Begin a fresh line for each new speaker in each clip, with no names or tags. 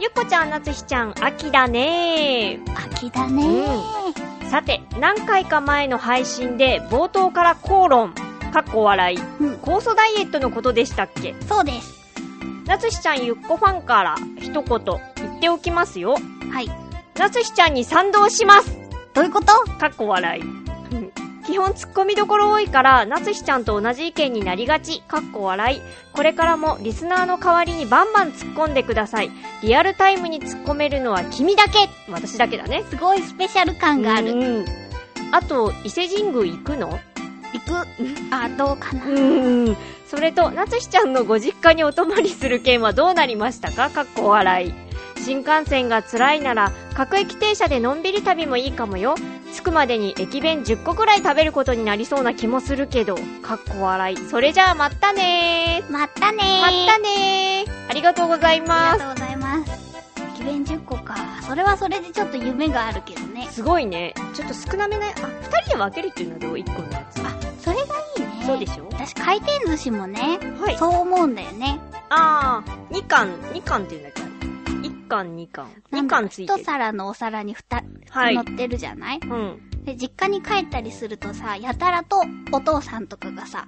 ゆっこちゃん夏日ちゃん秋だね
秋だねー。
さて、何回か前の配信で冒頭から口論、かっこ笑い、
うん、
酵素ダイエットのことでしたっけ
そうです。
なつしちゃんゆっこファンから一言言っておきますよ。
はい。
なつしちゃんに賛同します
どういうこと
かっこ笑い。うん基本ツッコミどころ多いから、なつしちゃんと同じ意見になりがち。かっこ笑い。これからもリスナーの代わりにバンバン突っ込んでください。リアルタイムに突っ込めるのは君だけ私だけだね。
すごいスペシャル感がある。
うん。あと、伊勢神宮行くの
行くあ、どうかな
うーん。それと、なつしちゃんのご実家にお泊まりする件はどうなりましたかかっこ笑い。新幹線が辛いなら、各駅停車でのんびり旅もいいかもよ。着くまでに駅弁10個くらい食べることになりそうな気もするけど、かっこ笑い。それじゃあ、まったね
まったね
ー。
ー。
まったねー。ありがとうござい
あ
ま
りがとうございます。駅弁10個か。それはそれでちょっと夢があるけどね
す。。すごいね。ちょっと少なめな、あ、二人で分けるっていうのはどう一個のやつ。
あ、それがいいね。
そうでしょ
私回転寿司もね、
はい。
そう思うんだよね。
あー、二巻、二巻っていうんだっけあれ一巻、二巻。
な
二
んか
巻ついて
一
る。
皿のお皿に二
はい。
乗ってるじゃない
うん。
で、実家に帰ったりするとさ、やたらとお父さんとかがさ、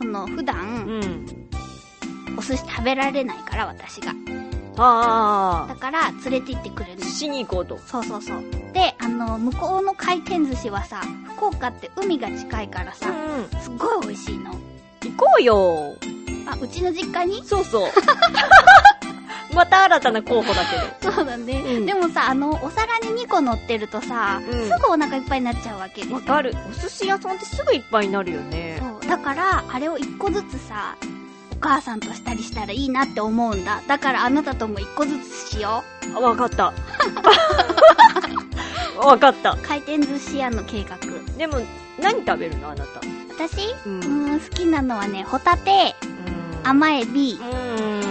その、普段、
うん。
お寿司食べられないから、私が。
あ
だから、連れて行ってくれる
あ。しに行こうと。
そうそうそう。で、あの、向こうの回転寿司はさ、福岡って海が近いからさ、
ん。
すっごい美味しいの。
行こうよ。
あ、うちの実家 に
そうそう。また新たな候補だけ
そうだね
うん
でもさ、あの、お皿に2個乗ってるとさ、
うん
すぐお腹いっぱいになっちゃうわけです
ど。
よ
わかる。お寿司屋さんってすぐいっぱいになるよね。
そう。だから、あれを1個ずつさ、お母さんとしたりしたらいいなって思うんだ。だからあなたとも1個ずつしよ
あわか った。わかった
う。。回転寿司屋の計画。
でも、何食べるのあなた。
私
う。
うん
うん。
ーん、好きなのはね、ホタテ、甘エビ
う、ん。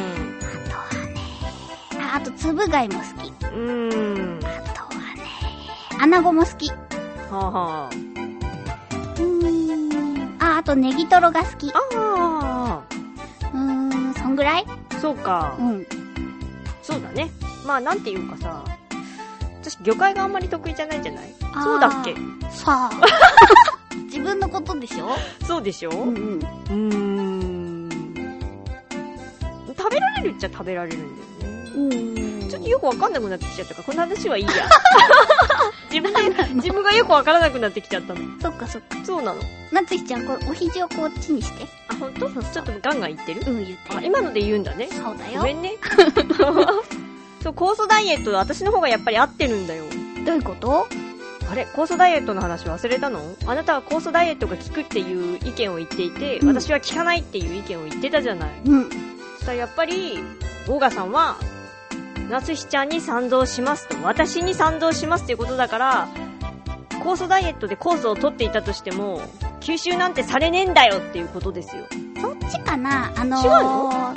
ああとつぶ貝も好き。
うん。
あとはね、穴子も好き。う
はあはあ。
ーん。あ、あとネギトロが好き。う
あ
ーん、そんぐらい
あ。そうか
う。ん。
そうだね。まあ、なんていうかさ。私、魚介があんまり得意じゃないじゃないそうだっけ
さあ。 自分のことでしょ
そうでしょ
うんうん。
うーん食べられるっちゃ食べられるんだよね。
うん。
ちょっとよくわかんなくなってきちゃったから、この話はいいや。自分で、自分がよくわからなくなってきちゃったの。
そっかそっか。
そうなの。
なつひちゃん、こうお肘をこっちにして。
あ、ほんと
そうそう
ちょっとガンガン言ってる
うん、言って
あ、
る。
今ので言うんだね。
そうだ
ご
よ
め。んね。そう、酵素ダイエット、私の方がやっぱり合ってるんだよ。
どういうこと
あれ酵素ダイエットの話忘れたのあなたは酵素ダイエットが効くっていう意見を言っていて、
うん
私は効かないっていう意見を言ってたじゃない。
うん。
そしたらやっぱり、オーガさんは、夏日ちゃんに賛同しますと、私に賛同しますっていうことだから、酵素ダイエットで酵素を取っていたとしても、吸収なんてされねえんだよっていうことですよ。
そっちかなあの
違う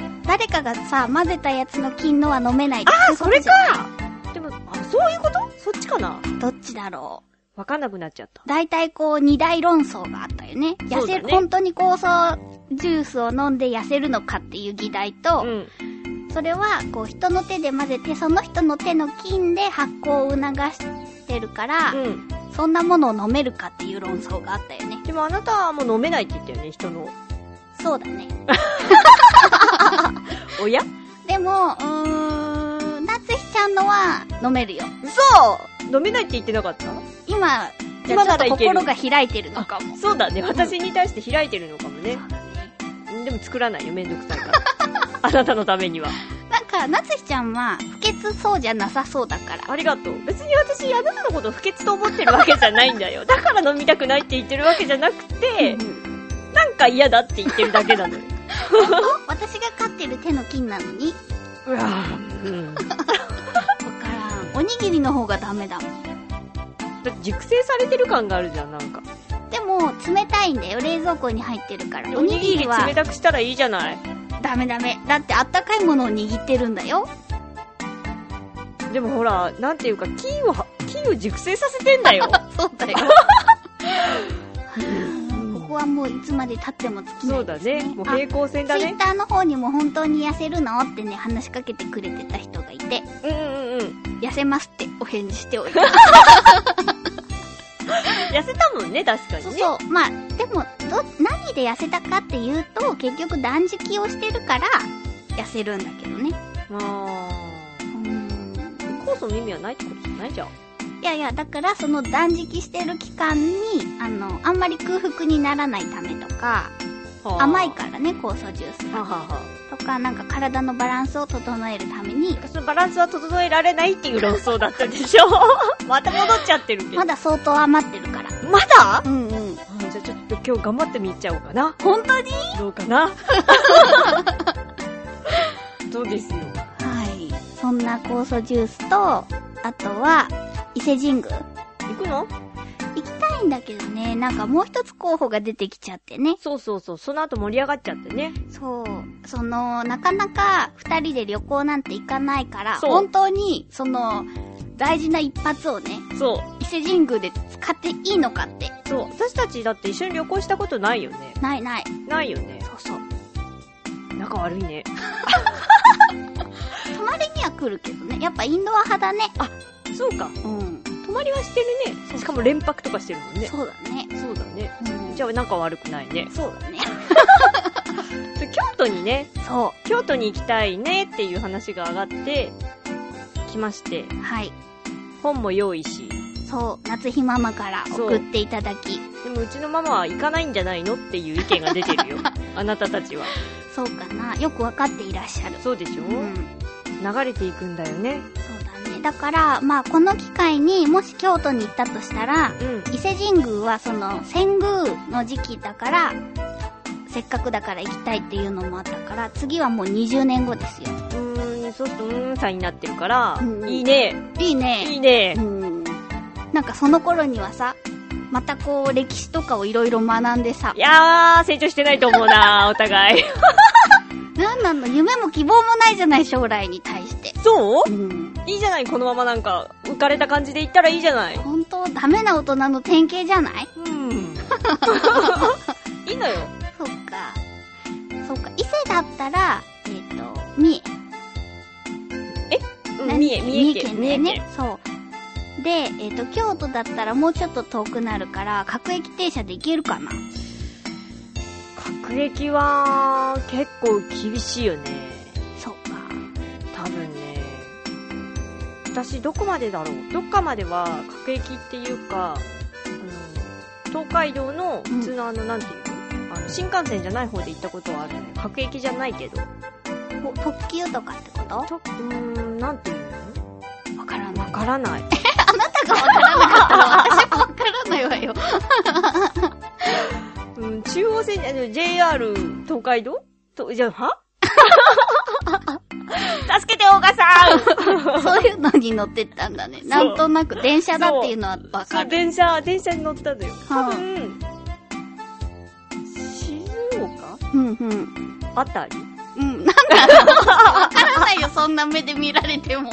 ー、誰かがさ、混ぜたやつの金のは飲めないって
あ
そういうことじゃない
でも、あ、そういうことそっちかな
どっちだろう。
わかんなくなっちゃった。
大体こう、二大論争があったよね。痩せる、
そうだね
本当に酵素ジュースを飲んで痩せるのかっていう議題と、
うん。
それはこう、人の手で混ぜて、その人の手の菌で発酵を促してるから、
うん。
そんなものを飲めるかっていう論争があったよね。
でもあなたはもう飲めないって言ったよね、人の。
そうだね。
おや
でも、うーん、なつひちゃんのは飲めるよ。
嘘飲めないって言ってなかった
今、じゃ
今
あちょ
な
っと
らいける
心が開いてるのかも。
そうだね、私に対して開いてるのかもね。
そうだね
でも作らないよ、めんどくさい から。あなたのためには。
なんか、なつひちゃんは、不潔そうじゃなさそうだから。
ありがとう。別に私、あなたのこと不潔と思ってるわけじゃないんだよ。だから飲みたくないって言ってるわけじゃなくて、
うん
なんか嫌だって言ってるだけなのよ。
私が飼ってる手の菌なのに、
うわぁ。うん。だ
わからん。おにぎりの方がダメだもん。
って熟成されてる感があるじゃん、なんか。
でも、冷たいんだよ。冷蔵庫に入ってるから。
お
おに
にぎ
ぎ
り
りは
冷、たくしたらいいじゃない。
ダメダメ。だって、あったかいものを握ってるんだよ。
でもほら、なんていうか、菌をは、菌を熟成させてん だよ。
そうだよ。 ここはもういつまで経っても尽きない。
そうだね。もう
あ
平行線だ
ツイ
ね
ッ。ターの方にも本当に痩せるのってね、話しかけてくれてた人がいて、
うんうんうん。
痩せますってお返事しておいた。
痩せたもんね、確かに
そう
ね。
そう。まあ、でも、ど、何で痩せたかっていうと、結局断食をしてるから、痩せるんだけどね。
あ
う
ー
ーん。
酵素の意味はないってことじゃないじゃん。
いやいや、だからその断食してる期間に、あの、あんまり空腹にならないためとか、
はあ
甘いからね、酵素ジュース
はあはあは
とか、なんか体のバランスを整えるために、
あそのバランスは整えられないっていう論争だったでしょ また戻っちゃってるけど。
まだ相当余ってるから。
まだ
うんうん。
じゃあちょっと今日頑張ってみちゃおうかな。
本当に
どうかな どうですよ。
はい。そんな酵素ジュースと、あとは、伊勢神宮。
行くの
行きたいんだけどね、なんかもう一つ候補が出てきちゃってね。
そうそうそう。その後盛り上がっちゃってね。
そう。その、なかなか二人で旅行なんて行かないから、
そう
本当に、その、大事な一発をね、
そう。
伊勢神宮で使っていいのかって。
そう。私たちだって一緒に旅行したことないよね。
ないない。
ないよね。
そうそう。
仲悪いね。
泊まりには来るけどね。やっぱインドア派だね。
そうか。
うん。
泊まりはしてるね。しかも連泊とかしてるもんね。
そうだね。
そうだね。
うん、
じゃあ仲悪くないね。
そうだね。
で京都にね、
そ
京都に行きたいねっていう話が上がってきまして
う。はい。
本も用意し
そう。夏日ママから送っていただき。
でもうちのママは行かないんじゃないのっていう意見が出て るよあなたたちは
そうかな。よくわかっていらっしゃる。
そうでしょ、
うん。
流れていくんだよね
そうだね。だから、まあ、この機会にもし京都に行ったとしたら、
うん
伊勢神宮はその、遷宮の時期だから、せっかくだから行きたいっていうのもあったから、次はもう20年後ですよ。
うーんそうするとうーんさんになってるから、
うん
いいね
いいね。
いいね
うん。なんかその頃にはさ、またこう、歴史とかをいろいろ学んでさ
い、やー成長してないと思う なお互い
なんなんの夢も希望もないじゃない、将来に対して。
そう
うん。
いいじゃないこのままなんか浮かれた感じで行ったらいいじゃない
本当ダメな大人の典型じゃない
うん いいのよ
そっか。そっか。伊勢だったら、えっ、と、三重。
うん三重三重県
だよ
三重
ね。そう。で、えっ、と、京都だったらもうちょっと遠くなるから、各駅停車で行けるかな。
学歴は結構厳しいよね
そうか。
多分ね私どこまでだろうどっかまでは各駅っていうか、あの東海道の普通のあの、なんていうのあの新幹線じゃない方で行ったことはあるのよ各駅じゃないけど
お特急とかってことわ
とうーんなんていう
から
の
な
わ
い。
からない
あなたがわからなかったら私もわからないわよ。
うん中央線あの JR 東海道とじゃあは 助けて、大賀さ ん
そういうのに乗ってったんだね。なんとなく電車だっていうのはわ
そ
か
う
る。
電車、電車に乗ったのよ。多
はあ
分、静岡
うんうん。
あたり
うん、なんだろう。わからないよ、そんな目で見られても。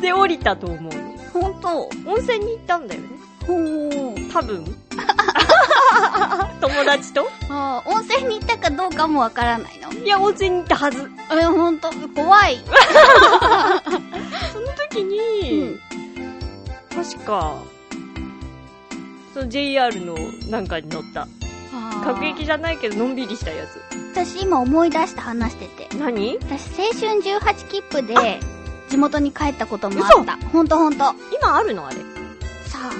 で降りたと思うの。
本当
温泉に行ったんだよね。
ほう
多 分。友達と
ああ温泉に行ったかどうかもわからないの
いや、温泉に行ったはず。
え本当怖い
その時に、確か、その JR のなんかに乗った。各駅じゃないけど、のんびりしたやつ。
私今思い出して話してて
何
私青春18切符で
あ
地元に帰ったこともあったほんとほんとさ
今あるのあれ。
あ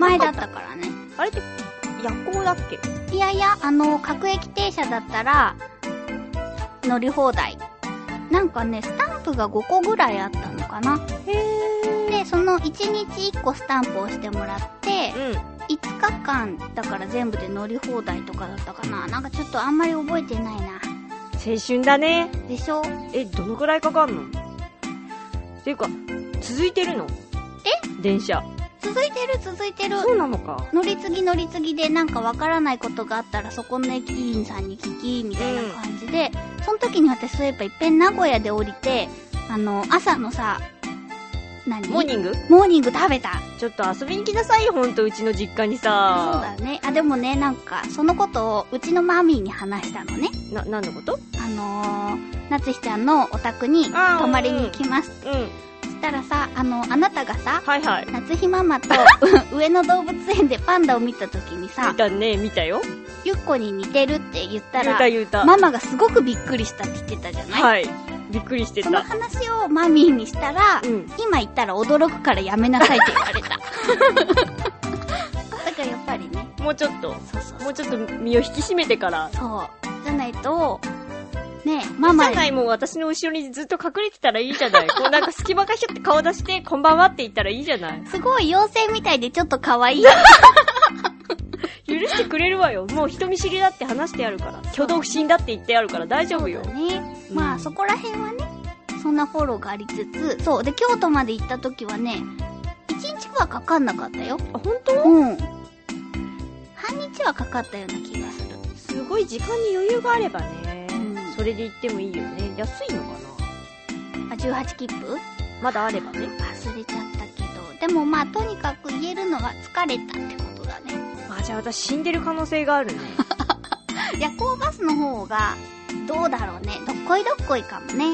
前だったからね
あれって、夜行だっけ
いやいやあの各駅停車だったら乗り放題なんかねスタンプが5個ぐらいあったのかな
へー。
でその1日1個スタンプをしてもらって
うん。
5日間だから全部で乗り放題とかだったかななんかちょっとあんまり覚えてないな
青春だね。
でしょ
え、どのくらいかかんのっていうか、続いてるのえ電車。
続いてる続いてる
そうなのか。
乗り継ぎ乗り継ぎでなんかわからないことがあったらそこの駅員さんに聞きみたいな感じで、その時に私そういえばいっぺん名古屋で降りてあの朝のさ何
モーニング
モーニング食べた
ちょっと遊びに来なさいよ、ほんと、うちの実家に
そう
さ。
だねあでもねなんかそのことをうちのマミーに話したのね
な、なんのこと
あのー、なつひちゃんのお宅に
あー
泊まりに来ます
うん。
そしたらさあのあなたがさ
はいはい。
夏日ママ と上野動物園でパンダを見た時にさ
見たね、見たよ。
ゆっこに似てるって言った
言う
ら
た言うた。
ママがすごくびっくりしたって言ってたじゃない、
はい。びっくりして
その
た。
話をマミーにしたら、
うん。
今言ったら驚くからやめなさいって言われ た。だからやっぱりね、
もうちょっと、
そうそうそ
も
う。
うちょっと身を引き締めてから。
そう。じゃないと、ねえ、マ
マ
マ
マじゃないもう私の後ろにずっと隠れてたらいいじゃない。こうなんか隙間がひょって顔出して、こんばんはって言ったらいいじゃない。
すごい妖精みたいでちょっと可愛い。
許してくれるわよ。もう人見知りだって話してあるから。挙動不審だって言ってあるから大丈夫よ
そ。うだね。ま
う
あ
ん
そこら辺はね、そんなフォローがありつつ、そう。で、京都まで行った時はね、1日はかかんなかったよ。
あ、本当
うん。半日はかかったような気がする。
すごい時間に余裕があればね
うん。
それで行ってもいいよね。安いのか
あ、18切符
なまだあればね。
忘れちゃったけどでもまあとにかく言えるのは疲れたってことだね
あ、じゃあ私死んでる可能性があるね。
夜行バスの方がどうだろうねどっこいどっこいかもね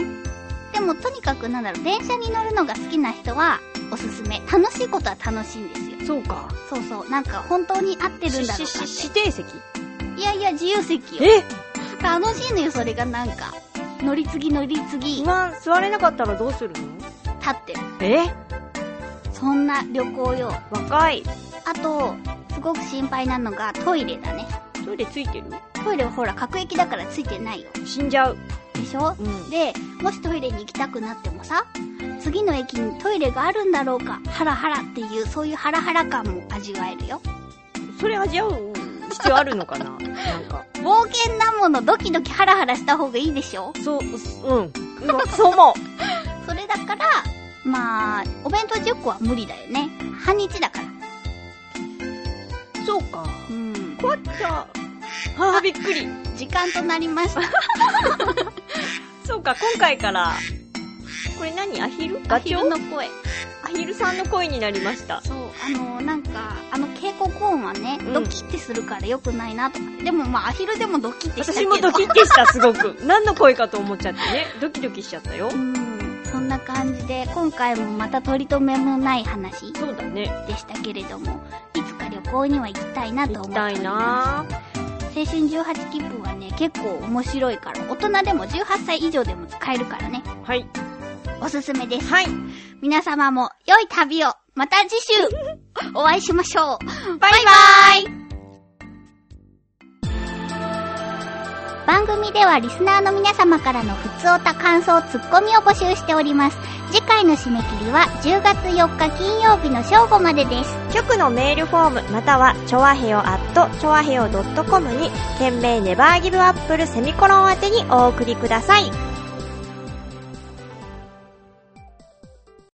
でもとにかくなんだろう電車に乗るのが好きな人はおすすめ楽しいことは楽しいんですよ
そうか。
そうそうなんか本当に合ってるんだろ
し
うか
しし
っ
指定席
ていやいや自由席よ
え
楽しいのよそれがなんか乗り継ぎ乗り継ぎ立
今座れなかったらどうするの
ってる
え
そんな旅行よ
若い。
あとすごく心配なのがトイレだね
トイレついてる
トイレはほら各駅だからついてないよ
死んじゃう。
でしょ
うん。
でもしトイレに行きたくなってもさ次の駅にトイレがあるんだろうかハラハラっていうそういうハラハラ感も味わえるよ
それ味わう必要あるのかななんか。
冒険なものドキドキハラハラした方がいいでしょ
そう、うん。うんそう思う。
それだからまあお弁当10個は無理だよね半日だから
そうか。
うん
困った。ああ、びっくり。
時間となりました
そうか、今回から。これ何アヒル ガチョ
昼
ウ
の声
アヒルさんの声になりました。
そうあのなんかあの警告音はね、
うん
ドキッてするからよくないなとかでもまあアヒルでもドキッてしたけ
私
ど
もドキッてした、すごく。 何の声かと思っちゃってね。ドキドキしちゃったよ
う。んそんな感じで今回もまた取り留めもない話
そうだね。
でしたけれどもいつか旅行には行きたいなと
行
思
き
ってお
た
り
い
ま
なぁ
す青春18切符はね結構面白いから大人でも18歳以上でも使えるからね
はい。
おすすめです
はい。
皆様も良い旅をまた次週 お会いしましょう
バイバイ
イ番組ではリスナーの皆様からのふつおた感想、ツッコミを募集しております。次回の締め切りは10月4日金曜日の正午までです。
局のメールフォームまたはチョアヘオアットチョアヘオ .com に件名ネバーギブアップルセミコロン宛てにお送りください